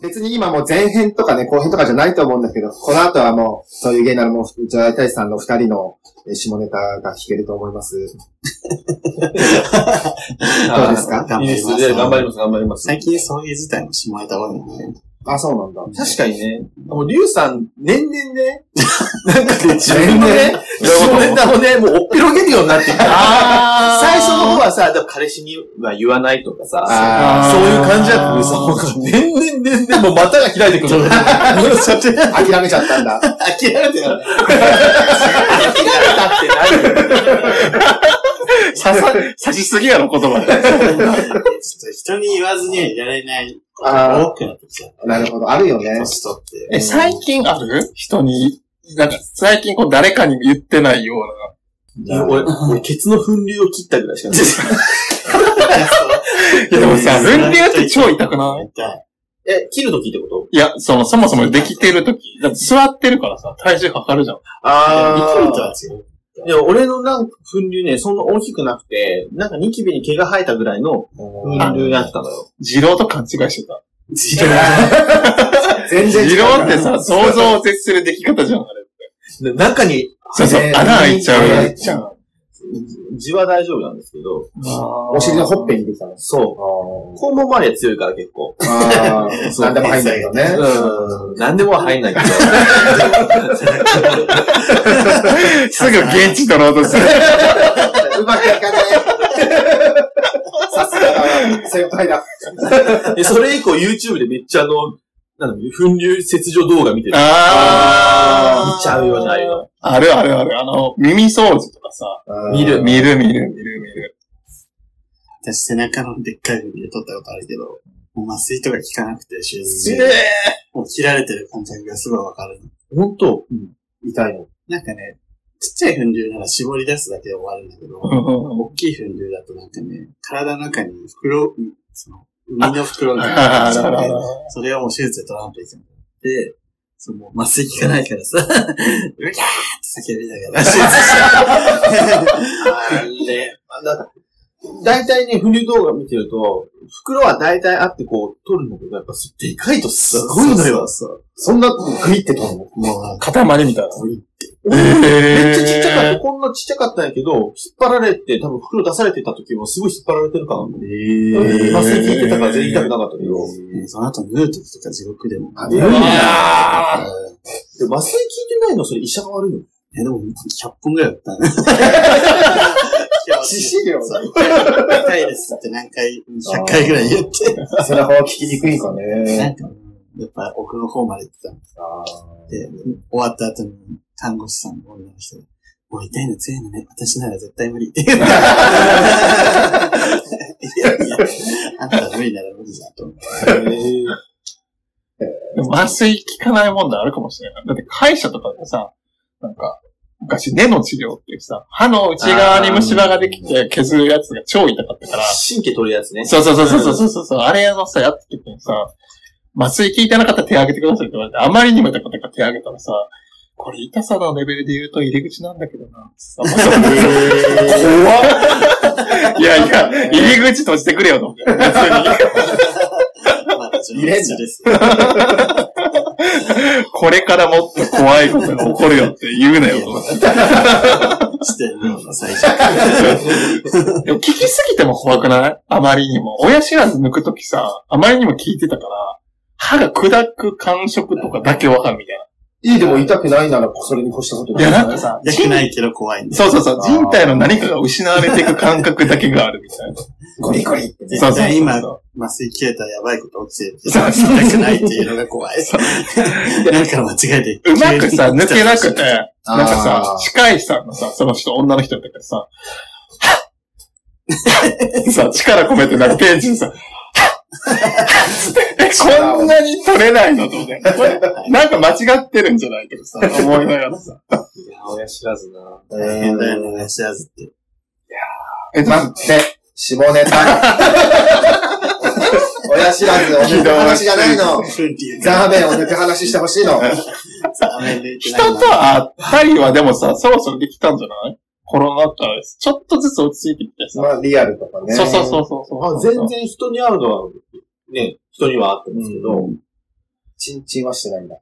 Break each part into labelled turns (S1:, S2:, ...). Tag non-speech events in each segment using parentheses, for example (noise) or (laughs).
S1: 別に今もう前編とかね、後編とかじゃないと思うんだけど、この後はもう、そういう芸ならもう、内田大さんの二人のえー下ネタが聞けると思います。
S2: (laughs)
S1: どうですか
S3: 頑
S2: いいで
S3: 張り
S2: す。
S3: ます
S2: いや頑張ります、頑張ります。
S3: 最近そういう自体も下ネタ多いもんね。
S1: あ、そうなんだ。
S2: 確かにね。もう、リュウさん、年々 (laughs) ね、なんかね、自
S1: 分
S2: 分
S1: の
S2: のね
S1: ね、
S2: 下ネタをね、もう、おっぴろげるようになってき (laughs) た。
S3: あ
S2: 最初の方はさ、でも彼氏には言わないとかさ、
S1: あ
S2: そういう感じだったけ
S3: あー
S2: どさ、もう年々年 (laughs) 々もう股が開いてくる。
S3: そっち
S1: あ、諦めちゃったんだ。
S3: 諦めてよ。
S2: だってなるよ
S4: 刺さ、刺しすぎやろ、言葉で。
S3: (laughs) ちょっと人に言わずにはいられないことが多くなってきちゃった。
S1: なるほど。あるよね。
S3: 年取って。
S4: え、最近ある人に、なんか、最近こう誰かに言ってないような。
S2: 俺、俺、ケツの粉流を切ったぐらいしかない。
S4: いやでもさ、
S3: うん
S4: 分量って超痛くない
S3: 痛い。
S2: え、切るときってこと
S4: いや、その、そもそもできてるとき、だって座ってるからさ、体重かかるじゃん。
S3: 生きると
S2: ー
S3: は違う。
S2: いや、俺のなんか粉流ね、そんな大きくなくて、なんかニキビに毛が生えたぐらいの粉流やったのよ。
S4: 二郎と勘違いしてた。
S1: 全然
S4: 二
S1: 違う
S4: 郎
S1: か
S4: って
S1: ら。
S4: さ、想像を絶する出来方じゃん、あれ。
S2: で中に、
S4: そうそう、
S1: ね
S4: 穴開いちゃう
S1: ね
S4: やつじゃん。
S2: 字は大丈夫なんですけど、
S1: お
S4: お
S1: 尻のほっぺに出てたの。
S2: そう。肛門周りは強いから結構。
S1: あーなんでも入んないよね。
S2: うん。何でも入んないけど。 (laughs)
S4: すぐ現地取ろうとする。
S1: うまくいかない。さすがだ先輩だ。
S2: で、それ以降 YouTube でめっちゃあの、なんだ、粉流切除動画見てる。
S4: あー。
S2: 見ちゃうようになるよ。
S4: あるあるある。あの、耳掃除とかさ、
S2: 見る
S4: 見る見る見る見る。
S3: 私背中のでっかい部分で取ったことあるけど、もう麻酔とか効かなくて、手術中。もう切られてる感覚がすごいわかる。
S2: ほんと。
S1: 痛いの。
S3: なんかね、ちっちゃい粉瘤なら絞り出すだけで終わるんだけど、大きい粉瘤だとなんかね、体の中に袋、うんその、海の袋が入って
S4: (laughs) ああ
S3: て
S4: るあるある、
S3: それをもう手術で取らんといけない。で、その、麻酔効かないからさ、う (laughs) ぎゃーって叫びながら手術
S4: (laughs)
S3: した。あれ、
S2: あなんか、大体ね、粉流動画見てると、袋は大体あってこう、取るんだけど、やっぱそでかいとすごいのよ。
S1: そんな、グイってとんの
S3: もうなんか、
S4: 塊 (laughs) みたいな。
S2: め
S4: め
S2: っちゃちっちゃかった。こんなちっちゃかったんやけど、引っ張られて、多分袋出されてた時もすごい引っ張られてる感。えぇ麻酔効いてたから全然痛くなかったけど。
S3: ねその後縫う時とか地獄でも。
S1: あ
S3: い
S1: 縫う
S3: や
S1: んだ
S4: た。
S2: で麻酔効いてないのそれ医者が悪いの
S3: でも、100本ぐらいだったね。
S1: 致死量だ。
S3: 痛いですって何回、100回ぐらい言って。
S1: 背中は聞きにくいんか
S3: な
S1: ね。
S3: んか、やっぱ奥の方まで行ってたんで、終わった後に看護師さんの女の人が、もう痛いの強いのね、私なら絶対無理って言った。いやいや、あんた無理なら無理だと思う。
S4: 麻酔効かない問題あるかもしれない。だって歯医者とかでさ、なんか、昔根の治療ってさ、歯の内側に虫歯ができて削るやつが超痛かったから、
S2: 神経取るやつね。
S4: そうそうそうそうそうそうそう、あれのさ、やっててさ、麻酔効いてなかったら手挙げてくださいって言われて、あまりにも痛かったから手挙げたらさ、これ痛さのレベルで言うと入り口なんだけどな。怖っ (laughs) いやいや、 (laughs) 入り口閉じてくれよと思って。別に
S3: まあ、自分です。
S4: これからもっと怖いことが起こるよって言うなよと思って。
S3: してるの最初。
S4: でも聞きすぎても怖くないあまりにも。親知らず抜くときさ、あまりにも聞いてたから、歯が砕く感触とかだけわかるみたい
S1: いいでも痛くないなら、それに越したこと
S4: な。いや、なんかさ、
S3: 痛くないけど怖いんで。
S4: そうそうそう、人体の何かが失われていく感覚だけがあるみたいな。
S1: ゴリゴリって。
S4: そう
S3: 絶
S4: そう
S3: 対今、
S4: そ
S3: 麻酔切れたらやばいこと起きてる。痛くないっていうのが怖い。 (laughs) なんか間違えて。
S4: うまく
S1: (laughs)
S4: さ、抜けなくて、
S1: あー
S4: なんかさ、歯科医さんのさ、その人、女の人だったからさ、
S1: (laughs)
S4: はっさ、力込めてなんかペン
S1: (laughs)
S4: チにさ、はっはっつってえこんなに取れないのと思って。これなんか間違ってるんじゃないとかさ、思いながらさ。
S2: いや、親知らずな。
S3: 大変だよね、知らずって。
S4: え、
S1: 待って、下
S4: (laughs)
S1: ネタ。親知らずを抜く話じゃないの。
S3: ふんっていう
S1: ザ
S3: か、
S1: ーメンを抜く話してほしいの。
S3: あんまり抜いて
S4: 人
S3: ないな
S4: と会ったりはでもさ、そろそろできたんじゃないコロナ禍ですちょっとずつ落ち着いてきてさ。
S1: まあ、リアルとかね。
S4: そうそうそうそうそう。
S2: あ全然人に会うのは、ね、人には会ってますけど、
S1: チンチンはしてないんだ。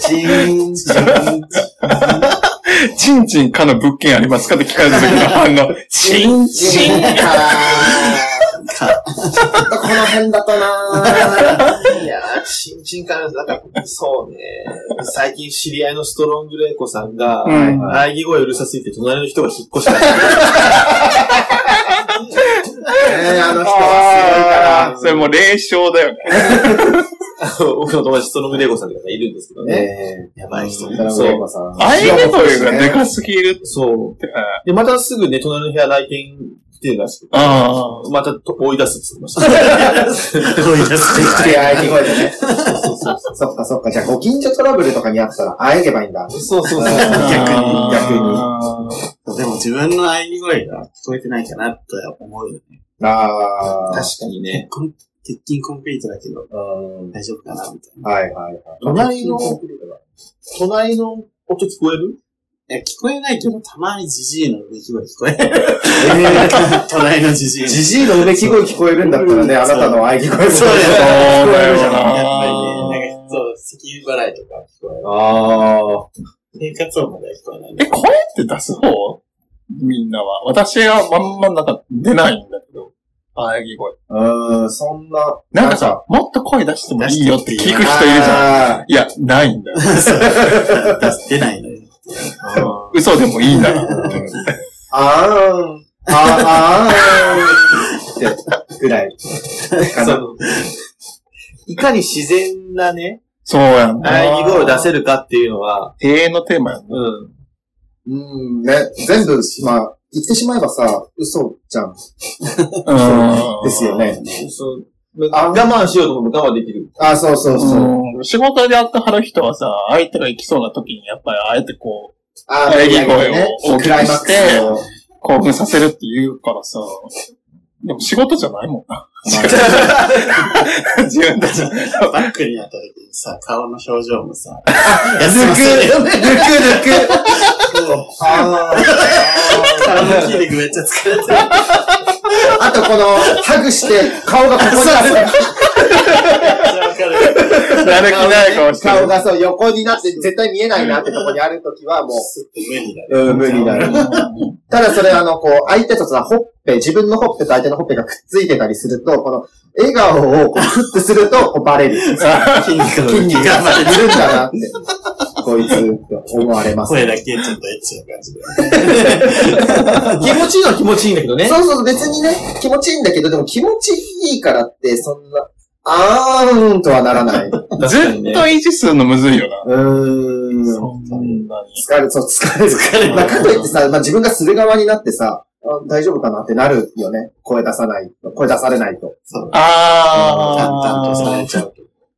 S1: チンチン。
S4: チンチンかの物件ありますかって聞かれた時の反 (laughs) 応。チン
S1: チ
S4: チ
S1: ン
S4: ン。
S1: かちょっとこの辺だとなぁ。
S2: いやー、新人から、なんか、そうね。最近知り合いのストロングレイコさんが、
S4: うん
S2: 喘ぎ声うるさすぎて隣の人が引っ越した。
S1: ねえ、あの人
S4: あ
S1: は
S4: あ、それもう霊障だよね。
S2: 僕の友達ストロングレイコさんとかいるんですけど
S1: 強いから。
S2: ね。
S1: ね
S2: やばい人
S1: え、ドラム
S2: そ
S1: レ
S2: う。
S1: バさん。
S4: 喘ぎ声がでかすぎる。
S2: そう。で、またすぐね、隣の部屋来店来てるらしくて。
S4: あ
S2: またと追い出すって言って
S4: (laughs)
S2: ました。追い出す
S1: 口で喘ぎ声でね。そっかそっか。じゃあ、ご近所トラブルとかにあったら、喘げばいいんだ。
S2: そうそうそう。
S4: あ。
S1: 逆に逆に
S4: に。
S3: でも自分の喘ぎ声が聞こえてないかなとは思うよね。
S1: あ
S2: 確かにね。
S3: コン鉄筋コンクリートだけど
S1: あ。うん。
S3: 大丈夫かなみたいな。
S1: はいはいはい。
S2: 隣の、隣の音聞こえる
S3: いや、聞こえないけど、たまにジジイの出来声聞こえる。 (laughs)
S1: えー
S3: 隣のジジイの。
S1: じじいのうめき声聞こえるんだったらね、あなたの喘ぎ声も。
S3: そうだ
S4: そう
S3: よ
S4: だ
S3: やっぱり
S4: よ
S3: ね、なん
S4: な
S3: か、。そう、咳払いとか聞こえる。
S1: あ
S3: 生活音までは聞こえないね。
S4: え、声って出す方みんなは。私はまんまなんか出ないんだけど。喘ぎ声。
S1: あ。うん、そんな。
S4: なんかさ、もっと声出してもいいよって聞く人いるじゃん。
S1: ゃ
S4: いや、ないんだよ。
S3: 出ないのよ。
S4: 嘘でもいいんだな。
S1: あーん。あーあーん。って、ぐらい。かな。
S2: いかに自然なね、
S4: そうやんな。
S2: 喘ぎ声を出せるかっていうのは、
S4: 永遠のテーマやんな。
S2: うん。
S1: うん、ね。全部、まあ、言ってしまえばさ、嘘じゃん。
S4: うん。
S1: ですよね。
S2: そうあ我慢しようと思っても我慢でき (laughs) る。
S1: あ、そうそうそう。
S4: うん。仕事で会ったはる人はさ、相手が行きそうな時に、やっぱりあえてこう、
S1: あ
S4: 喘ぎ声を大きくして
S1: クライマックスを。
S4: 興奮させるって言うからさ。でも仕事じゃないもんな。自分たち。
S3: バックになった時にさ、顔の表情もさ、
S1: 抜く、抜く、抜く。あー
S3: 顔の筋肉めっちゃ疲れてる。
S1: あとこの、ハグして、顔がここにある。
S3: わかる。
S4: 慣れきない顔して
S1: 顔
S4: (laughs) る。
S1: がそう、横になって絶対見えないなってとこにあるときはも
S3: すって無理だね。
S1: う、うん、無理だよ。ただそれあの、こう、相手とさ、ほっぺ、自分のほっぺと相手のほっぺがくっついてたりすると、この、笑顔をこう、クッてすると、こう、バレる。
S3: 筋肉
S1: 筋肉が
S3: が
S1: までいるんだなって、こいつって思われます。
S3: 声だけちょっとエッチな感じで。
S2: 気持ちいいのは気持ちいいんだけどね。
S1: そうそう、別にね、気持ちいいんだけど、でも気持ちいいからって、そんな、あーんとはならない。 (laughs) う
S4: ずっと維持するのむずいよな。
S1: ーん。
S4: そんなに。
S1: 疲れ、そう、疲れ、疲れ。まあ、かといってさ、まあ、自分がする側になってさ、あ大丈夫かなってなるよね。声出さないと。声出されないと。
S3: そう。淡々とさ
S4: あ
S3: れ
S4: ー。
S3: ちゃうと。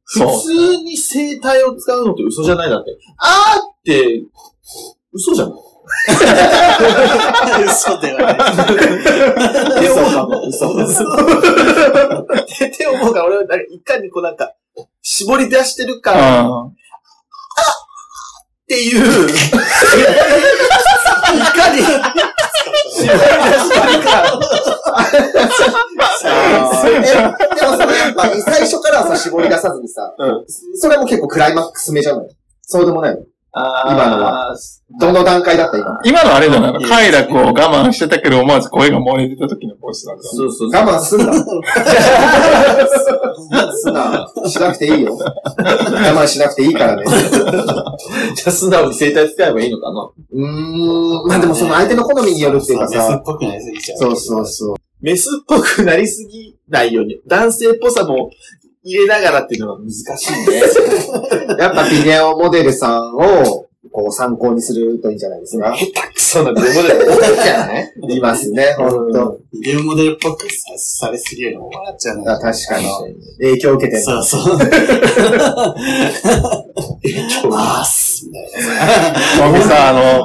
S4: そう。
S2: 普通に声帯を使うのって嘘じゃないだって。あーって、 (laughs) 嘘じゃない
S3: 嘘ではない。
S1: 嘘かも、嘘かも。
S2: って思うから、俺はなんかいかにこうなんか、絞り出してるかっ
S4: あ
S2: ていう、いかに絞り出して (laughs) るか。
S1: えでもそれやっぱ、最初からはさ、絞り出さずにさ、
S2: うん
S1: それも結構クライマックス目じゃないそうでもないの今の
S2: あー
S1: どの段階だった今。
S4: ー今のあれだな、快楽を我慢してたけど、思わず声が漏れてた時のボイスなんだ。
S2: そうそうそう。
S1: 我慢
S4: (laughs)
S1: すんな。我慢すんな。しなくていいよ。我慢しなくていいからね。
S2: じゃあ素直に声帯使えばいいのかな。
S1: うーん。まあでもその相手の好みによるっていうか
S3: そうメス
S1: さ
S3: っ、ぽくなりすぎちゃう。
S1: そうそうそう。
S2: メスっぽくなりすぎないように、男性っぽさも入れながらっていうのが難しいね。
S1: やっぱビデオモデルさんを、こう参考にするといいんじゃないですか。
S2: 下手くそなデモだよ。
S1: いますね、ほんと。
S3: ゲームモデルっぽくさされすぎるのも笑っちゃう
S1: あ
S3: な。
S1: 確かに。影響を受けてる。
S3: そうそう。あーっす、みたいな。
S4: 僕さ、あの、エロ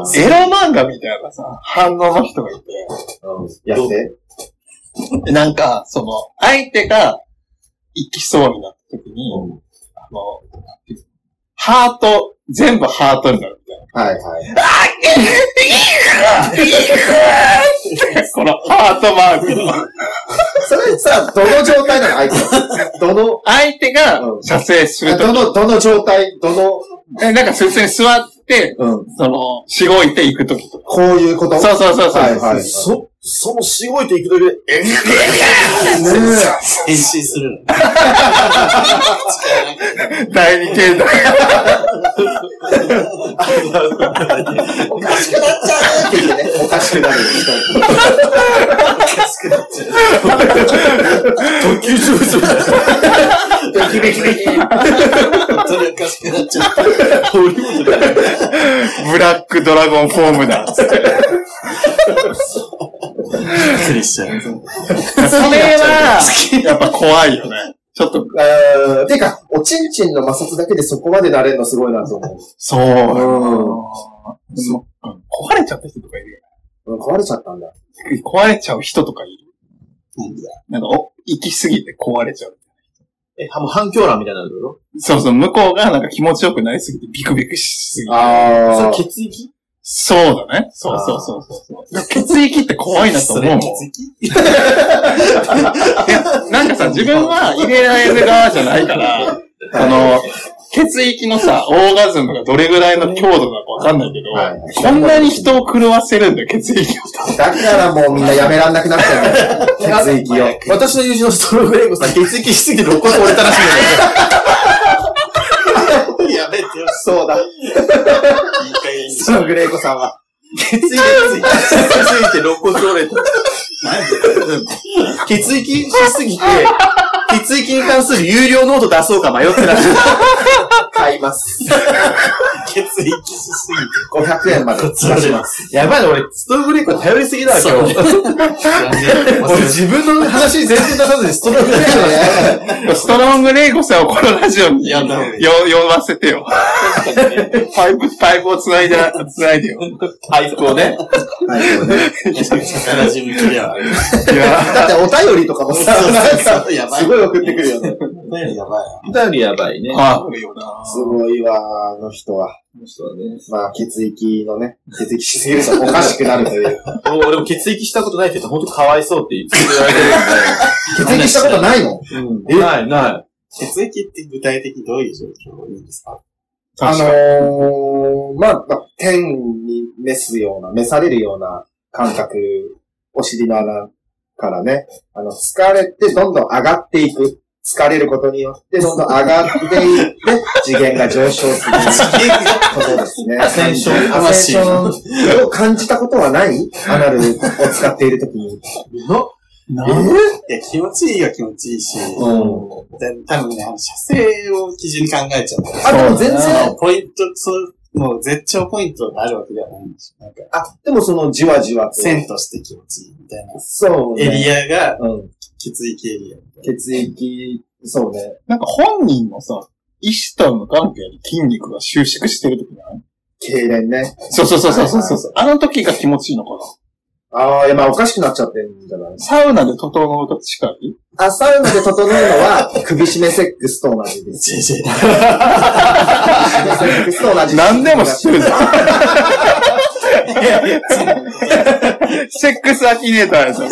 S4: 漫画みたいなさ、反応の人がい
S1: うんやって。
S4: て、なんか、その、相手が行きそうになった時に、あの、ハート、全部ハートになるみたい
S1: は
S4: な。
S1: いはい。
S4: このハートマークの。
S1: それさ、どの状態なの相手は。どの、
S4: 相手が射精する
S1: あ
S4: と
S1: どの、どの状態、どの、
S4: え、なんか普通に座って、
S1: うん、
S4: その、しごいていくときとか。
S1: こういうこと。
S4: そうそうそうそう。
S1: はいはい。
S2: そ、そのしごいていくだけで、え
S1: ね
S3: 変身するの。
S4: 第二形態。 (laughs)
S1: えおかしくなっちゃうっていうね。おかしくなる。
S2: 特急中枢だ
S1: ビキビキビキ。
S3: 本当におかしくなっちゃった。
S4: (laughs) ブラックドラゴンフォームだ。それ
S3: びっくりしちゃう。
S4: は、やっぱ怖いよね。ちょっと、
S1: えーてか、おちんちんの摩擦だけでそこまでなれるのすごいなと思
S4: そう。でも壊れちゃった人とかいるよ
S1: う。うん壊れちゃったんだ。
S4: ね。壊れちゃう人とかいる。なんか、お、行き過ぎて壊れちゃう。
S2: え、もう反響欄みたいになるだろ
S4: そうそう、向こうがなんか気持ちよくなりすぎてビクビクしすぎて。
S1: あ
S2: それ血液
S4: そうだね。そうそうそうそうそう。血液って怖いなと思うもん。いや、なんかさ、自分は入れられる側じゃない (laughs) から、あの、血液のさ、オーガズムがどれぐらいの強度なのかわかんないけど、
S1: はい
S4: こんなに人を狂わせるんだよ、血液を。
S1: だからもうみんなやめらんなくなっちゃうんだよ。血液を。
S2: 私の友人のストロベレーゴさん、血液しすぎて肋骨折れたらしいんだよね。
S3: やめてよ。
S1: そうだ。
S3: いい加減にし
S1: そのグレイコさんは。
S2: 血液しすぎて肋骨折れた。血液しすぎて、血液に関する有料ノート出そうか迷ってらっしゃる。
S1: 買います。
S3: 血液しすぎて。
S1: 500円まで。
S3: 出します。
S2: やばいな、俺、ストロベレーゴ頼りすぎだわ、今日。俺自分の話全然出さずにストロベレーゴの話
S4: ストロングレイゴさんをこのラジオにやん
S3: やん
S4: よ
S3: だよ
S4: 呼ばせてよ。 (laughs) パイプ、パイプを繋いで、繋いでよ。
S2: パイプをね。
S1: はいそうね
S3: なじみきではある。
S4: いや、
S1: だってお便りとかもさ、なんか、
S3: やばい。
S1: すごい送ってくるよね。
S3: やばい。
S2: お便りやばいね。
S4: パワフルよな。
S1: すごいわ、あの人は。
S2: そうね。
S1: まあ、血液のね、血液しすぎるとおかしくなるという。
S2: 俺も血液したことないけど、本当かわいそうって言って言われて
S1: (laughs) 血液したことないの
S2: るんで。えない、ない。
S3: 血液って具体的にどういう状況いいんですか
S1: あ
S4: 確かに
S1: のー、まあ、まあ、天に召すような、召されるような感覚、お尻の穴からね、あの、疲れてどんどん上がっていく。疲れることによってどんどん上がっていって、次元が上昇する。ことです (laughs) ね。
S2: アセンション
S1: ア (laughs) センションを感じたことはないアナルを使っているときに。
S3: いや、気持ちいいは気持ちいいし、
S1: うん。
S3: で多分ね、あの射精を基準に考えちゃうから。
S1: あ、でも全然、
S3: そのポイント、そう、もう絶頂ポイントがあるわけではないんですよ。なんか、
S1: あ、でもそのじわじわと。
S3: 線として気持ちいいみたいな。
S1: そうね。
S3: エリアが
S1: うん。
S3: 血液エリア。
S1: 血液、そうね。
S4: なんか本人のさ、意志との関係に筋肉が収縮してるときな
S1: 痙
S4: い
S1: 攣ね。
S4: そうそうそうそうそうそう。あの時が気持ちいいのかな。
S1: ああ、いや、まあ、おかしくなっちゃってるんじゃない
S4: サウナで整うと近い
S1: あ、サウナで整うの
S3: (laughs)
S1: は、首絞めセックスと同じです。
S3: ジェジェ
S1: 首絞めセックスと同じ
S4: 何でも知ってるじゃん。セックスアキネーターですよ。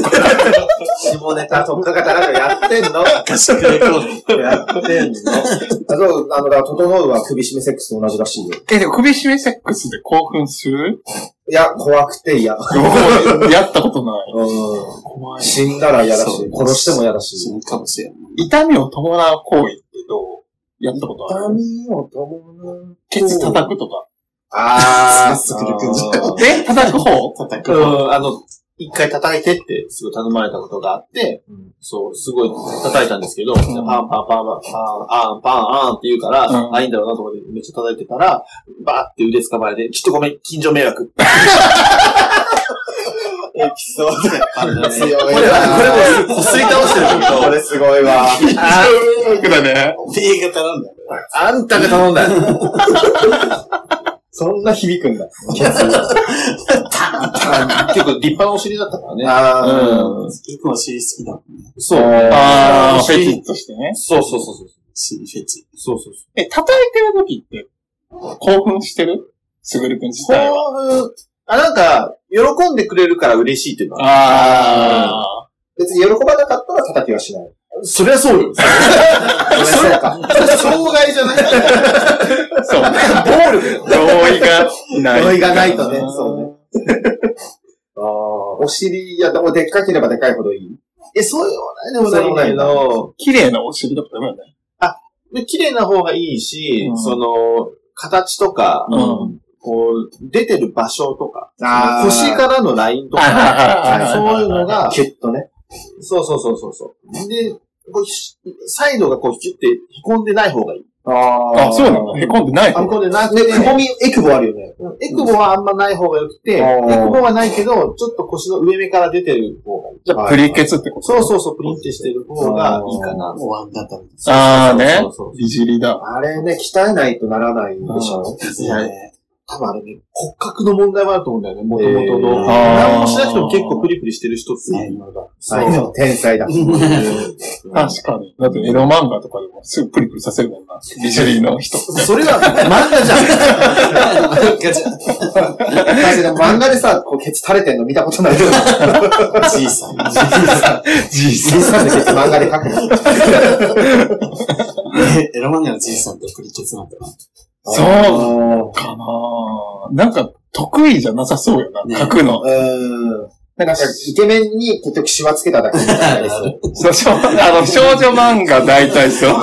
S1: 下ネタ特化型なんかやってんのや
S3: 合宿レコード。
S1: ってんのあ、そう、あの、だから整うは首絞めセックスと同じらしいよ。
S4: え、でも首絞めセックスで興奮する
S1: いや、怖くて嫌。
S4: 僕もやったことない。
S1: う
S4: 怖
S1: ん。死んだら嫌だし
S3: そう、
S1: 殺しても嫌だ
S3: 死
S1: し。
S3: ぬかもしれない。
S4: い。痛みを伴う行為ってどうやったことある
S1: 痛みを伴う。
S4: ケツ叩くとか。
S1: ああ、
S3: 早速来るじゃん
S4: え叩く方
S3: 叩く。
S2: うん、あの、一回叩いてって、すごい頼まれたことがあって、そう、すごい叩いたんですけど、パンパンパンパンパン、パン、パン、って言うから、
S4: うん
S2: あ、いいんだろうなと思ってめっちゃ叩いてたら、バーって腕掴まれて、ちょっとごめん、近所迷惑。
S3: エピソードがある
S1: 強いな
S2: これは、これも、こすり倒してるんだけ
S1: これすごいわ。
S4: あー、だね。
S3: B 型なんだよ。
S2: ど、あんたが頼んだよ。
S1: そんな響くんだ。
S2: 結構立派なお尻だったからね。
S1: あ
S2: うん。
S3: 結構お尻好きだもんね。
S2: そう。
S4: あー、フ
S2: そう
S4: ェチとしてね。
S2: そうそうそう。
S3: 尻フェチ。
S2: そうそうそう。
S4: え、叩いてる時って、興奮してるすぐるくん自体は。
S2: 興奮、あ、なんか、喜んでくれるから嬉しいっていうのは。
S4: あ
S1: 別に喜ばなかったら叩きはしない。
S2: そりゃそうよ。
S1: そうか。
S2: 障害じゃない。
S4: あ、そうね。
S1: 暴力だよ。
S4: 同意がない。
S1: 同意がないとねそう
S4: ね。
S1: ああ、お尻、いや、でもでっかければでかいほどいい。
S2: え、そういうわけでもないんだけど、
S4: 綺麗なお尻だったらダメだね。
S2: で綺麗な方がいいし、
S4: うん
S2: その、形とか、
S4: うん。
S2: こう、出てる場所とか、
S1: あー
S2: 腰からのラインと
S4: はい
S2: か、
S4: はいはい
S2: そういうのが、
S1: キュッとね。
S2: そうそうそうそうそう。で、こうひサイドがこう、キュッて凹んでない方がいい。
S1: ああ
S4: あ、そうなのへこんでない
S2: あ、
S4: の
S2: 凹んでなく
S1: で、
S2: て、
S1: くぼみ、エクボあるよね。
S2: うんエクボはあんまない方が良くて、エ
S1: あー
S2: クボはないけど、ちょっと腰の上目から出てる方がいい。
S4: じゃあプリケツってこと
S2: そうそうそう、プリンってしてる方がいいかな。
S3: もうワンダータムです。
S4: ああね
S2: そうそう。
S4: いじりだ。
S1: あれね、鍛えないとならないんでしょ。
S3: です
S2: いや
S3: ね。
S2: 多分あれね、骨格の問題もあると思うんだよね、もともと
S3: へー
S2: の。何もしなくても結構プリプリしてる人っていうのが。
S1: 才
S4: (laughs)
S1: 能、天才だ。
S4: 確かに。だってエロ漫画とかでもすぐプリプリさせるもんな。いじりの人。
S2: それは漫画じゃん。
S1: だけど漫画でさ、こう、ケツ垂れてんの見たことないよ。
S3: じいさん。
S4: じいさ
S1: 実際でケツ漫画で描くの。
S3: (laughs) エロ漫画のじいさんとプリケツなんだな。
S4: そうかななんか、得意じゃなさそうよ
S3: ね
S4: な。書くの。
S1: うーん。なんか、イケメンに結局シワつけただけみたいな。
S4: そう少あの、少女漫画大体そう。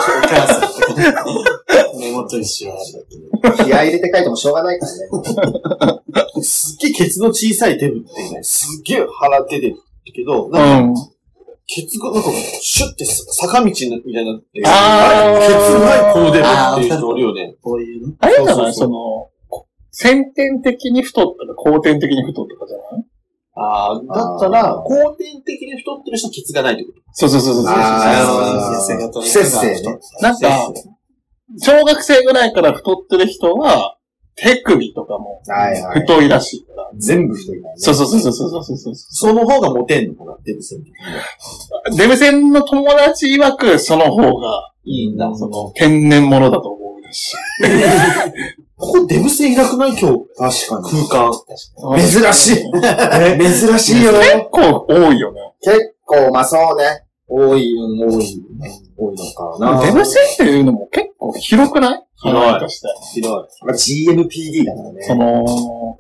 S3: 目元にしわある。
S1: 気合い入れて書いてもしょうがないからね。
S2: すっげえケツの小さいデブってね、すっげえ腹出てるけど、
S4: う
S2: なんか
S4: ん。
S2: ケツがなんかシュッて坂道みたいになってる。
S4: あー
S2: ケツないこう出るっていう人おるよね。
S3: こういうね。
S4: あれじゃない
S2: そ
S4: その、先天的に太ったら後天的に太ったとかじゃない
S2: ああ、だったら、後天的に太ってる人はケツがないってこと。
S4: そうそうそうそうそう。
S1: あ
S3: 先生
S1: ー
S3: 方
S1: 不節制ね。
S4: なんか、小学生ぐらいから太ってる人は、手首とかも
S1: はいはい。
S4: 太いらしいから。
S1: 全部太いからね。
S4: そうそうそうそうそうそうそう
S2: その方がモテんのかな、デブ戦
S4: デブ戦の友達曰く、その方が、
S2: いいんだ。
S4: その、天然物だと思うし。
S2: ここデブ戦いなくない今日、
S1: 確かに。
S2: 空間。
S1: 珍しい。珍しいよ。
S4: 結構多いよね。
S1: 結構、まあそうね。多い、多い、多いのかな。
S4: デブ戦っていうのも結構広くない
S2: 広い
S4: 範囲として。
S2: 広い。
S1: まあ GMPD だからね。
S4: その、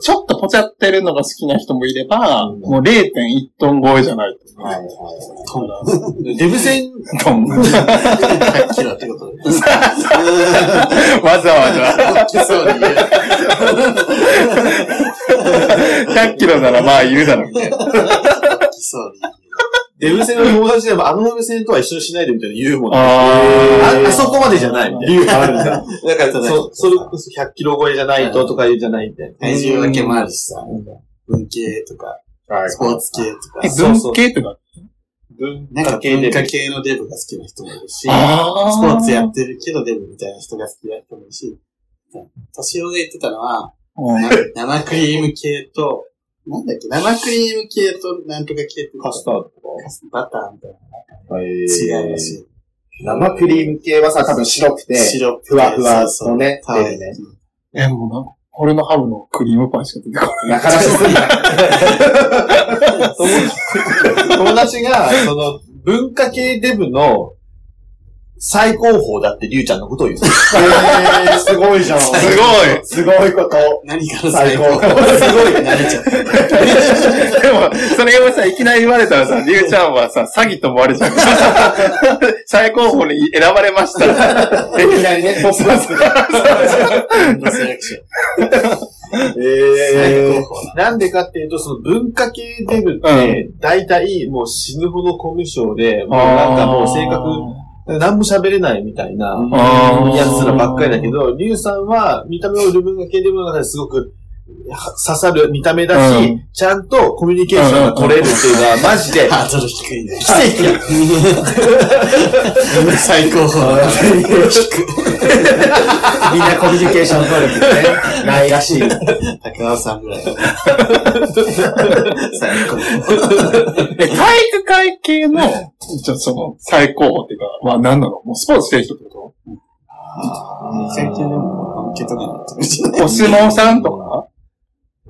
S4: ちょっとぽちゃってるのが好きな人もいれば、
S1: うん
S4: もう0.1トン超えじゃないと。
S1: はいはい。
S3: (laughs)
S2: デブ戦、
S4: トン。 (laughs) わ
S3: 100キロってことで。
S4: ざわ (laughs) ざ。
S3: そうね。
S4: 100キロならまあいるだろうみたいな。
S3: そうね。
S2: デブ戦の友達でも、あのデブ戦とは一緒にしないでみたいな言うもんね。
S4: あ
S2: あ
S4: ー
S2: あそこまでじゃないみたいな。理由があるんだ。なんか、 (laughs) そ、それこそ100キロ超えじゃないととか言うじゃないみたいな。
S3: 体重分けもあるしさ。文系とか、
S1: はい。
S3: スポーツ系とか
S4: え。
S2: そうそう
S4: 文系とか。
S2: 文
S3: なんか
S2: 化系
S3: 文化
S2: で。
S3: 系のデブが好きな人もいるし、ス
S4: あ
S3: ポーツや
S4: う
S3: ってるけどデブみたいな人が好きな人もいるし、年をが言ってたのは、
S4: ん
S3: 生クリーム系と、なんだっけ、生クリーム系となんとか系って
S2: カスタードとか。
S3: バターみたいな
S1: 違
S3: 違うらし
S1: 生クリーム系はさ、多分白く
S3: い。
S1: て、
S3: 白くて
S1: ふわふわ
S3: そうそ
S1: の
S3: う
S1: ね、
S3: タ
S1: 出
S3: オル
S1: るね。
S4: え、もうなんか、俺のハムのクリームパンしか出てこない。
S1: なかなかすぎない。
S2: 友達が、その、文化系デブの最高峰だってりゅうちゃんのことを言う。
S1: えー、すごいじゃん。
S4: すご
S1: すごいこと。
S3: 何から
S1: 最
S3: 最
S1: 高
S3: 高。すごい、慣れちゃう。
S4: いでも、それをさ、いきなり言われたらさ、りゅうちゃんはさ、詐欺と思われちゃうから。 (laughs) 最高峰に選ばれました。
S1: いきなりね、ポップアップが。
S3: のセレクション。
S1: え
S3: 最
S1: ー、
S3: 高峰な。
S2: なんでかっていうと、その文化系デブっ
S4: う
S2: て、大体もう死ぬほどコミュ障で、もうなんかもう性格、何も喋れないみたいな、
S4: あー
S2: やつらばっかりだけど、リュウさんは見た目を自分が系デブの中ですごくは刺さる見た目だし、
S4: う
S2: ちゃんとコミュニケーションが取れるっていうのはマジで
S3: ハードル低いね。
S2: 奇跡
S3: 最高峰な。
S1: (laughs) みんなコミュニケーション能力ね、ないらしい。
S3: 高尾さんぐらい。最高
S4: え、体育会系の、じゃあその、最高峰っていうか、まあ何なのもうスポーツしてる人ってこと
S3: 峰。っけとかなって。
S4: お相撲さんとか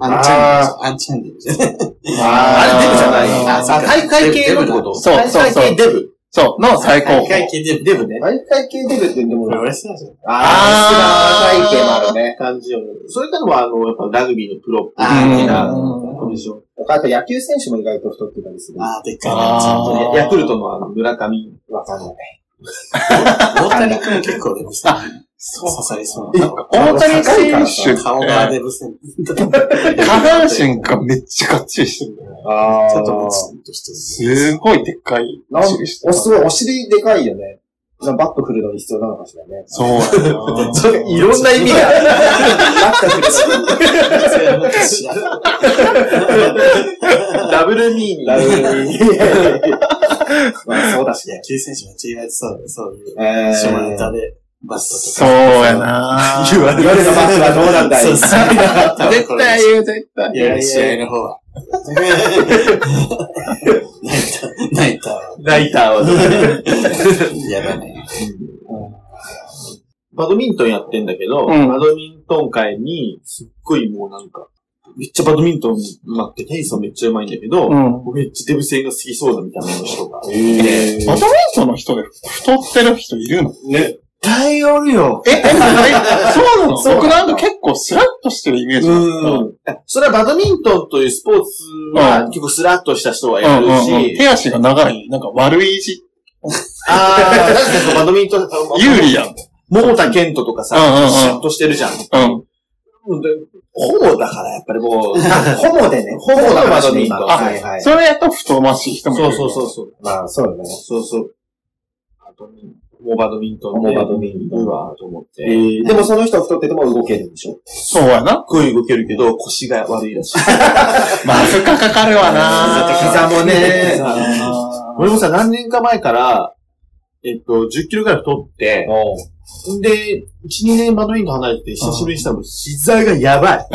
S3: アンチャンネル。アンチャンネルじゃない。
S1: あ
S2: あれデブじゃない
S1: あ
S2: あ、大会系のってこと
S4: そうそうそう
S2: 大会系デブ。
S4: そう、の最高
S3: 大
S4: 峰。
S3: 会系で、デブね。
S1: 大会系デブって言っても
S3: これ
S1: らう。
S3: 俺そうじゃん。
S1: あー、スラー大系もあるね。
S2: 感じよ。それからは、あの、やっぱラグビーのプロ
S3: あ
S4: ー
S2: 的な
S4: うん
S2: コンディション。
S1: あと野球選手も意外と太ってたりする。
S3: ああ、でっかい
S4: あ
S3: な。
S4: ー
S2: ヤクルトのあの、村上。
S1: わかんない。
S3: 大谷君結構デブしてる。
S4: そ
S3: 刺さりそう
S4: え
S3: な。
S4: 大谷選手
S3: 顔が
S4: って、
S3: デブ線。
S4: 下半身がめっちゃがっちりしてるんだよね。
S1: あ
S3: ちょっともちっとしてる。
S4: すごいでっかい
S1: なん
S4: 尻して
S1: お、
S4: る。
S1: すごい、お尻でかいよね。なんかバット振るのに必要なのかしら
S3: (laughs)
S1: ね。
S4: そうなん (laughs) だ
S2: そういろんな意味が。
S1: バット振るのに。
S2: ダブルミーニ
S3: (laughs)
S1: ラウンドにまあ、そうだしね。
S3: 野球選手めっちゃ意外とそうだね。そういう。
S1: えー、
S3: 下ネタで、バストと
S4: そ
S3: か。
S4: うやな
S2: 言われ
S1: 夜のバットはどうなんだい
S3: そうそう
S4: 絶対言う、絶対。
S3: いやいや、試合の方は。泣いた、泣いた。
S2: ライターは。
S3: 嫌だね。
S2: (laughs) バドミントンやってんだけど、
S4: うん
S2: バドミントン界に、すっごいもうなんか、めっちゃバドミントンうまくて、テニスもめっちゃうまいんだけど、
S4: うん。
S2: めっちゃデブ戦が好きそうだみたいな人が。
S1: え
S4: バドミントンの人で太ってる人いるの
S2: ね。対応るよ。
S4: え、え、そうなの
S1: そうなの
S4: 僕なんか結構スラッとしてるイメージだっ
S2: うん。それはバドミントンというスポーツ
S4: う
S2: は
S4: ん
S2: 結構スラッとした人は
S4: た。
S2: や
S4: うん
S2: る
S4: うんうん。
S2: し、
S4: 手足が長い、なんか悪い字、
S2: ああ、なんかそのバドミントン、
S4: 有利やん。
S2: 桃田健斗とかさ、
S4: うんうんうん
S2: シュッとしてるじゃん。
S4: うん。
S2: うんでホモだから、やっぱりもう。
S1: ー、ホモでね。
S2: ホモのバドミントン
S1: 今はいはい。
S4: それやと太ましい人もいる
S2: そ
S4: よ
S2: う
S4: ね。
S2: そうそうそう。
S1: まあ、そうよね。
S2: そうそう。バドミンもうバドミントン
S1: もうバドミントン
S2: うわーと思って。
S1: でもその人は太ってても動けるんでしょ
S4: そうやな。
S2: 声動けるけど、腰が悪いらしい。
S4: まずかかかる
S2: (laughs)
S4: わな
S1: 膝もね。
S2: 俺もさ、何年か前から、えっと、10キロぐらい太って、
S1: おう
S2: で、1、2年バドミントン離れて、久しぶりにしたの、膝がやばい。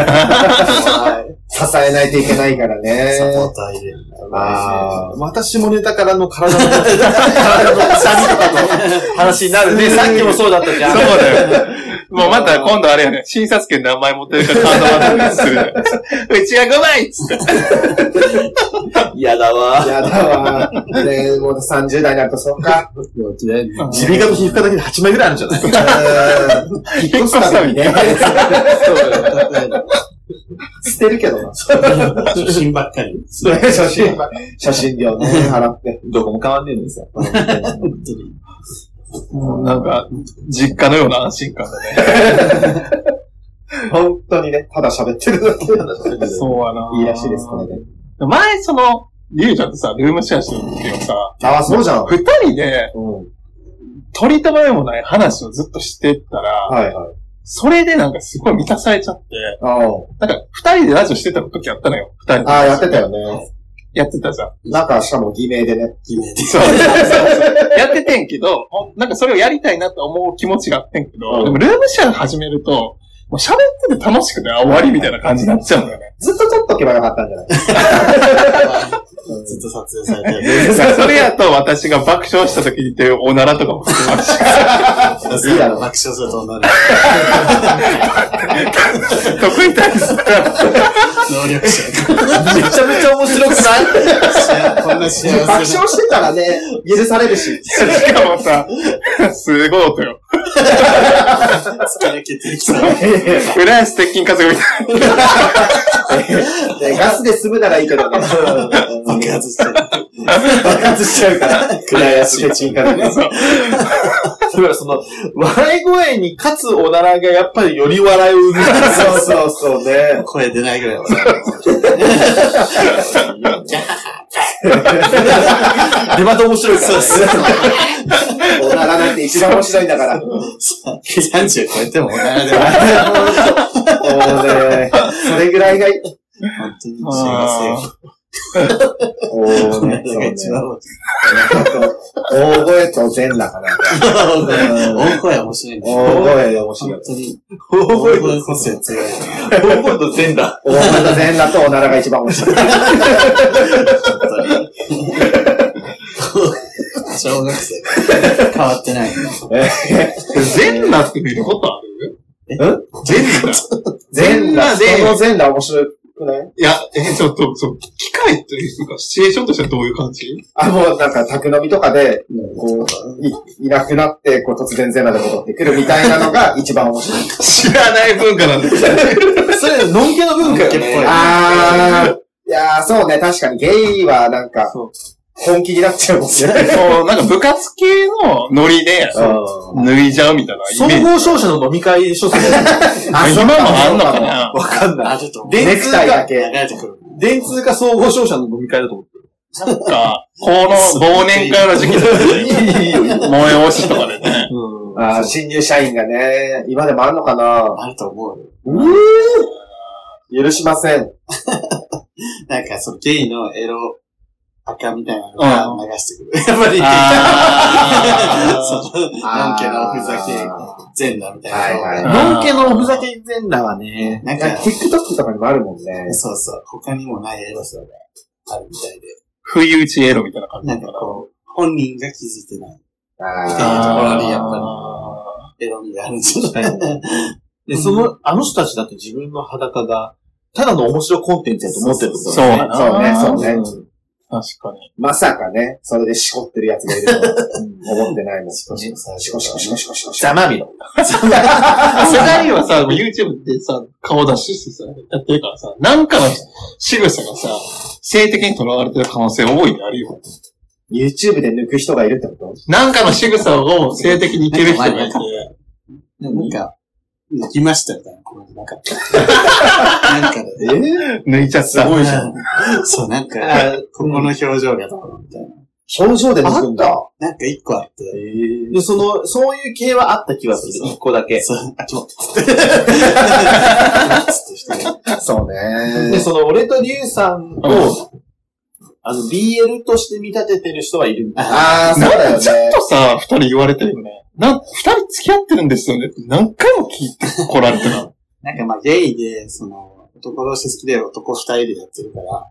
S1: 支えないといけないからね。
S3: サポーター入れる。
S1: あー
S2: 私もネタからの体の、体の痛みとかの話になる (laughs) ね。さっきもそうだったじゃん。
S4: そうだよ。もうまた今度あれやね、診察券何枚持ってるかカードが出する。うちは5枚っつって。
S2: 嫌だわ。
S1: やだわ。ねもう30代になるとそうか。
S2: 耳鼻科と皮膚科だけで8枚ぐらいあるんじ (laughs) ゃない
S1: うーん
S4: 引っ越すた (laughs) びに
S1: (laughs)
S4: ね。
S1: 捨てるけどな。
S3: 初心ばっかり。
S1: それ写真、写真料ね、払って。
S2: どこも変わんねえんですよ。
S3: 本当に。
S4: なんか、実家のような安心感だね。
S1: 本当にね、ただ喋ってるだけ。
S4: そうやない
S1: いらしいです、これで。
S4: 前、その、リュウちゃんとさ、ルームシェアしてるんだけどさ、
S1: ああ、そうじゃん。
S4: 二人で、
S1: うん。
S4: 取り留めもない話をずっとしてったら、
S1: はいはい。
S4: それでなんかすごい満たされちゃって、
S1: あー
S4: なんか二人でラジオしてた時やったのよ。二人で。
S1: あー、やってたよね。
S4: やってたじゃん。
S1: なんか、しかも偽名でね。
S3: 決めて。
S4: そうそう (laughs) そうやっててんけど、ほんなんかそれをやりたいなと思う気持ちがあってんけど、でもルームシェア始めると、もう喋ってて楽しくてあ終わりみたいな感じになっちゃうんだ (laughs) よね。
S1: ずっと撮っとけばよかったんじゃない
S3: ずっと撮影されてる。
S4: だからそれやと私が爆笑した時にっていうおならとかも含まれるし
S1: いいだろ
S3: 爆笑すると女の
S4: 得意体質だから
S3: 能力者
S2: めちゃめちゃ面白くない
S3: が。こんな幸せな。
S1: 爆笑してたらね、許されるし。
S4: しかもさ、すごい音よ。
S3: 突き抜けてきた。
S4: 浦安鉄筋家族みたい
S1: ねガスで済むならいいけど (laughs) ね。
S3: 爆発してる。
S1: 爆発しちゃうから。暗やしでチンからね。
S2: だからその、笑い声に勝つおならがやっぱりより笑いを (laughs) 生み出す。
S1: そうそうそう (laughs) ね。
S3: 声出ないぐらい笑
S2: 出また面白いから。
S1: おならなんて一番面白いんだから。もう
S3: う。30超えてもおならで笑
S1: ね、それぐらいがいい。
S3: う。本当に幸せ。
S4: な。
S1: おーね、そうね。大声と全裸かな。
S3: 大声面白いんだよ。
S1: 大声で面白い
S3: 本。当に。
S2: 大
S3: 大
S2: 声
S3: 声
S2: と
S3: こそ強い。
S2: 大声と全だ。
S1: 大声と全裸とおならが一番面白い。
S3: 本当に。小学生から変わってない。
S4: 全裸って見ることある
S1: 全裸全裸
S4: 全裸で
S1: で。その全裸面白くない
S4: いや、え、ちょっと、そう、機械というか、シチュエーションとしてはどういう感じ
S1: あ、もうなんか宅飲みとかで、こう、い、いなくなって、こう突然全裸で戻ってくるみたいなのが一番面白い。
S4: 知らない文化なんですよ。
S2: それ、のんけの文化よ (laughs) ね。
S1: あー。いやー、そうね、確かにゲイはなんか、本気になっちゃうもんね。
S4: そう、なんか部活系のノリで、
S1: うん
S4: 脱いじゃうみたいな
S2: 総
S4: イメージ。
S2: 合商社の飲み会でしょ、それ。
S1: あ
S4: 今もあんのかな
S2: わかんない。
S3: あ、ちょっと、
S2: 電
S1: ネク
S2: 通
S1: タイだ
S2: か、
S1: け。
S3: 流れてくる。
S2: 電通か総合商社の飲み会だと思って。
S4: なんか、この忘年会の時期だったね。燃え落ちとかでね。
S2: うん。
S1: あー新入社員がね、今でもあんのかな
S3: あると思うよ。
S1: うー許しません。
S3: なんか、そのゲイのエロ赤みたいなのが流してくる。やっぱり、
S4: あ
S3: その、のんけのふざけ、全裸みたいなのが。
S1: はいはい
S2: のんけのふざけ全裸はね、
S3: なん
S1: なん
S3: か
S1: か、TikTok とかにもあるもんね。
S3: そうそう、他にもないエロさがあるみたいで。
S4: 不意打ちエロみたいな感じ
S3: な
S4: だ
S3: ん
S4: か。
S3: からこう、本人が気づいてない
S1: あ
S3: あーやっ
S4: ぱ
S3: エロみがあるんじゃない
S2: で、その、あの人たちだって自分の裸が、ただの面白コンテンツやと思ってるってこと
S4: そう
S2: だ
S4: だ
S2: ね
S4: な。
S1: そうねそうね
S2: うん
S4: 確かに。
S1: まさかね、それでしこってるやつがいるとは思ってないもん。しこし
S3: し
S1: こ
S3: こ
S1: し
S3: し
S1: こ
S3: こ
S1: しこしこしこしこ
S2: ざまみろ。
S4: 世代はさ、YouTube でさ、顔出ししてさ、やってるからさ、なんかの仕草がさ、性的に囚われてる可能性多いにあるよ。
S1: YouTube で抜く人がいるってこと
S4: なんかの仕草を性的にいける人がいて、
S3: なんか、泣きましたみたいなコメントなかった。なんかで、
S1: えー
S4: 抜いちゃった。すごいじゃん。
S3: ん。そう、なんか、ここの表情がどうのみたいな。
S1: 表情で抜くんだ。
S3: なんか一個あって、
S2: で、その、そういう系はあった気がする。一個だけ。
S3: そう、あ、ちょっと、つってして、
S1: そう
S2: で、
S1: ね。
S2: その、俺とリュウさんを、あの、BL として見立ててる人はいるみたいな。
S1: あー、そうだ
S4: なんか
S1: よ
S4: ずっ
S1: ね。
S4: とさ、二人言われてるよね。なん、二人付き合ってるんですよね。何回も聞いてこられてる。
S3: (laughs) なんかまあ、ゲイで、その、男同士好きで男二人でやってるから、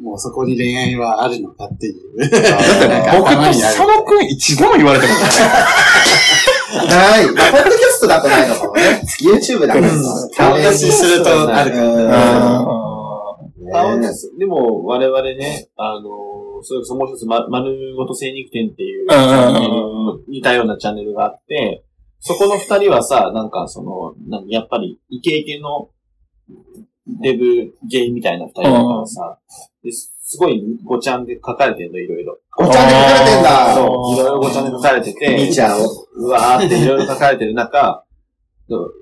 S3: もうそこに恋愛はあるのかっていう。だって (laughs)
S4: 僕と佐野くん一度も言われてない。
S1: ない。まあポッドキャストだとないのかもね。YouTube だからさ。
S3: 顔出しするとあるか
S2: あの
S1: ね
S2: でも、我々ね、あのー、それこそもう一つ、ま、丸ごと精肉店っていう、
S4: うんうん
S2: 似たようなチャンネルがあって、そこの二人はさ、なんかその、何やっぱり、イケイケの、デブ、ゲイみたいな二人だからさ、ですすごいごちゃんで書かれてるの、いろいろ。
S1: お茶で書かれてん
S4: あー
S1: だ。
S2: そう、いろいろごちゃんで書かれてて、
S1: みーちゃんを。
S2: うわーっていろいろ書かれてる中、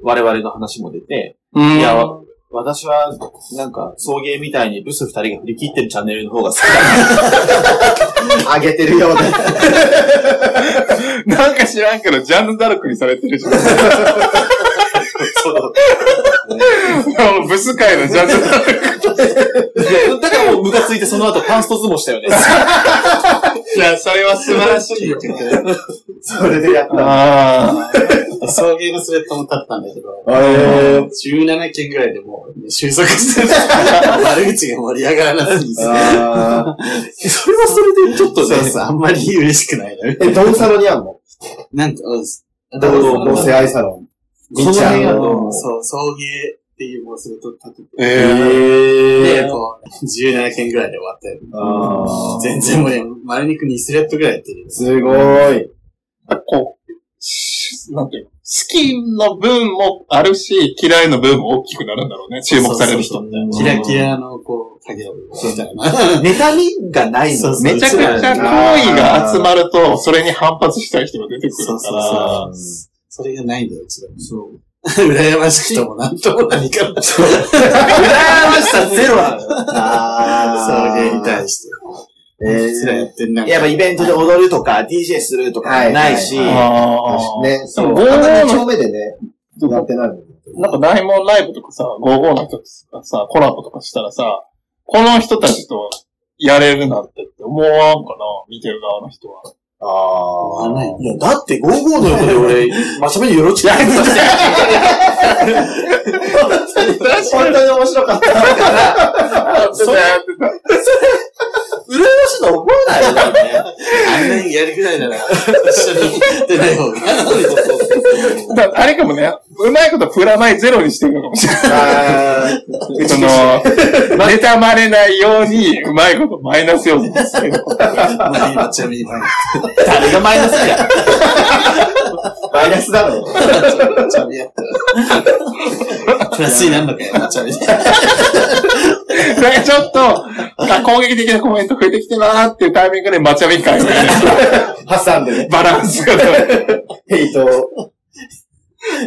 S2: 我々の話も出て、
S4: うん
S2: いや、わ私は、なんか、送迎みたいにブス二人が振り切ってるチャンネルの方が好きだ。
S1: あげてるようで。
S4: なんか知らんけど、ジャンヌダルクにされてるじゃん。あのブス界のジャンヌダルク。
S2: だからもうムカついてその後パンスト相撲したよね。
S4: いや、それは素晴らしいよ。
S1: それでやった。
S4: あ
S3: ら、 (laughs) 送迎のスレッドも立ったんだけど、
S1: え
S3: 17件ぐらいでもう、収束してた。悪口が盛り上がらなすぎ (laughs) て。
S1: あー
S2: それはそれでちょっ
S3: そう
S2: とね
S3: そう、あんまり嬉しくないな。
S1: え、ドンサロにあんの
S3: なんか、うん
S1: どう同性愛サロン。
S2: この辺だと、
S3: そう、送迎っていうもうすると立て
S4: ー
S3: て。
S4: え
S3: で、こう、17件ぐらいで終わったよ。
S1: あ
S3: 全然もうね、丸肉2スレッドぐらいやってるよ。
S1: すごい。
S4: ーこう、なんていうの好きの分もあるし、嫌いの分も大きくなるんだろうね。注目される人って。
S3: キラキラの、こう、影を、みたいな。
S2: 妬みがない
S3: そう
S2: の
S3: そう
S4: めちゃくちゃ好意が集まると、それに反発したい人が出てくる
S3: そう
S4: か
S3: そうそ
S4: ら。
S3: う。それがないんだよ、うちら。そう。羨ましくともなんとも何かも。そう。送
S2: 羨ましさゼロなのよ
S1: あ
S3: 迎に対して。
S1: え
S3: うちらや
S1: ー
S3: ってんな。
S2: やっぱイベントで踊るとか、DJ するとかないし、
S1: はいは
S4: あ
S1: ね、そう。
S4: ゴー
S1: あ
S4: ゴー
S1: と
S4: の
S1: 2丁目でね、やってないの。
S4: なんか大門ライブとかさ、55の人とかさ、コラボとかしたらさ、この人たちとやれるなんてって思わんかな見てる側の人は。
S1: あ
S3: 合わない。
S2: いや、だって55の横で俺、まさめによろちくやる
S1: 本当に面白かった。
S2: それ、羨ましいの思わないよね。
S3: あんなにやるくらいなら、一緒に出ない方が。
S4: だあれかもね、うまいことプラマイゼロにしてるのかもしれない。
S1: あー
S4: その、妬まれないように、うまいことマイナス要素にしてる。
S3: まあ今ちなみにマイナ
S2: 誰がマイナスだよ。
S1: マイナスだろ。
S3: ス。チャミやった。プラスになんのかよ、チャミ。
S4: なんかちょっと、あ攻撃的なコメント増えてきてなーっていうタイミングでマチャミ会をね、
S1: 挟んでね、
S4: バランスが取れる。
S1: ヘイトを。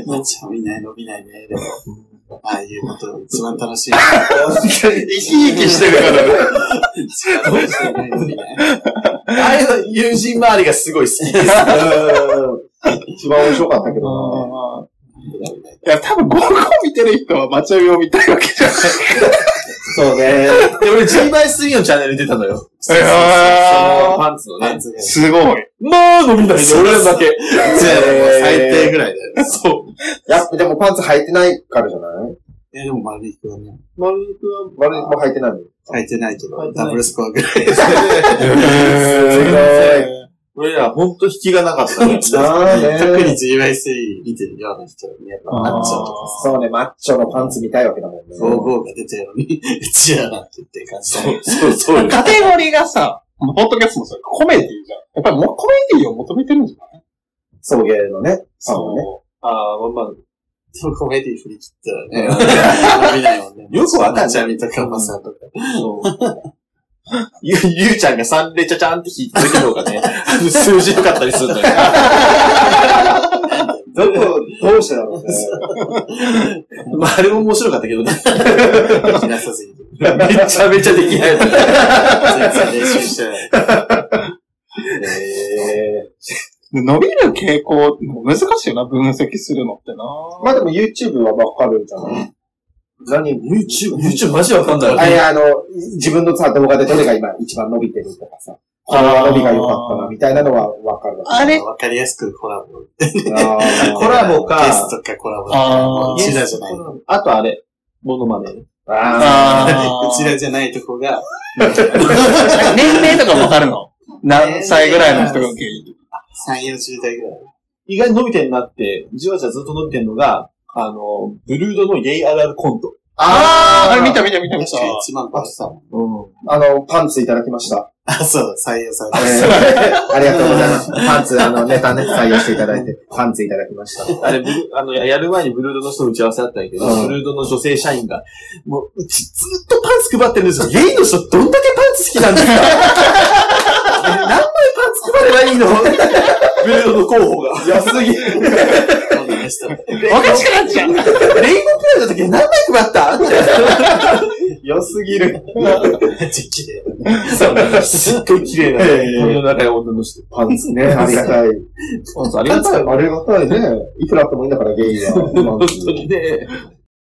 S3: まあチャミない、伸びないね。でも、ああいうこと、一番楽しい。
S1: 生き生きしてるからね。
S3: どうしてない、伸びない。
S2: ああいうの友人周りがすごい好きです。
S1: うん一番面白かったけどね。
S4: いや、多分合コン見てる人はマチャミを見たいわけじゃ
S1: そうね。
S2: で、俺 G バイ3のチャンネルに出たのよ。
S4: ない。い
S2: その
S4: や
S2: パンツのね。
S4: ーすごい。
S2: まあ、伸びないね。俺らだけ。
S3: 最低ぐらいだよ。
S2: そう。
S1: やっぱでもパンツ履いてないからじゃない
S3: いや、でも丸いくはね、
S1: 丸いくは、丸いくも履いてないの。
S3: 入ってないけど、ダブルスコアぐらい。
S1: す
S2: 俺らほんと引きがなかった
S1: (laughs) ご
S2: ね。
S1: い。なあね。
S3: (laughs) 特に GY3 見てるような人に、やっぱ、マッチョとかさ、
S1: そうね、マッチョのパンツ見たいわけだもん
S3: (laughs)
S1: ね。
S3: ゴーゴーが出てるのに、うちやなって言ってる感じだね
S2: そう、そうよ。
S4: カテゴリーがさ、ポッドキャストもそれ、コメディじゃん。やっぱりもうコメディを求めてるんじゃない
S1: 送迎のね。
S2: そう。ああ、まあまあ、
S3: でもコメディ振り切ったらね、見ないもんね。
S2: よくわかんない
S3: ちゃみとかマサとか。
S2: ゆ、ゆうちゃんが3でちゃちゃんって引いてるのがね、数字良かったりするのよ。
S1: どこ、どうしてだろうね。
S2: まあ、あれも面白かったけどね。
S3: できなさすぎて。
S2: めちゃめちゃできない。
S3: 全然練習してない。
S1: えー
S4: で伸びる傾向、難しいよな、分析するのってな。
S1: まあでも YouTube はわかるんじゃない何
S2: YouTube、YouTube マジわかんない
S1: あ、いや、あの、自分のさ、動画でどれが今一番伸びてるとかさ、これは伸びが良かったな、みたいなのはわかる。
S4: あれ
S3: わかりやすくコラボ。
S1: あー
S2: コラボか
S3: ゲストかコラボ。
S4: あ
S3: う
S4: ー
S3: ちらじゃない。う
S2: あとあれ、モノマネ。
S1: あ
S4: あ
S3: ちらじゃないとこが、
S4: ー年齢とかわかるの何歳ぐらいの人が受け入れる
S3: 3、40代ぐらい。
S2: 意外に伸びてんなって、じわじわずっと伸びてんのが、あの、ブルードのゲイあるあるコント。
S4: あー、あれ見
S1: た。
S4: た見た見た見
S3: 確
S4: た
S3: か。1万パスだもん。
S2: う
S1: あの、パンツいただきました。
S3: あ、そう、採用され
S1: え
S3: た。
S1: ーありがとうございます。パンツ、あの、ネタね、採用していただいて、パンツいただきました。
S2: ん。あれ、ブルあの、ややる前にブルードの人の打ち合わせあったんやけど、
S1: うん
S2: ブルードの女性社員が、もう、うちずっとパンツ配ってるんですよ。ゲイの人どんだけパンツ好きなんですか何枚パンツ配ればいいのブルードの候補が。安すぎ。
S3: 女の人って
S4: おかしくなっちゃ
S2: レイ
S4: う。
S2: ンボープライドの時に何枚配ったみたいな。良すぎる。
S3: めっちゃ綺麗だね。
S2: そうね。すっごい綺麗な、
S1: ええ
S2: ね。の中い女の人。
S1: パンツね、ありが
S2: (laughs)
S1: たい。
S2: そうそう、あ
S1: あ
S2: りがとう。 (laughs)
S1: ありがたいね。いくらあってもいいんだから、ゲイは。
S2: 本当にね。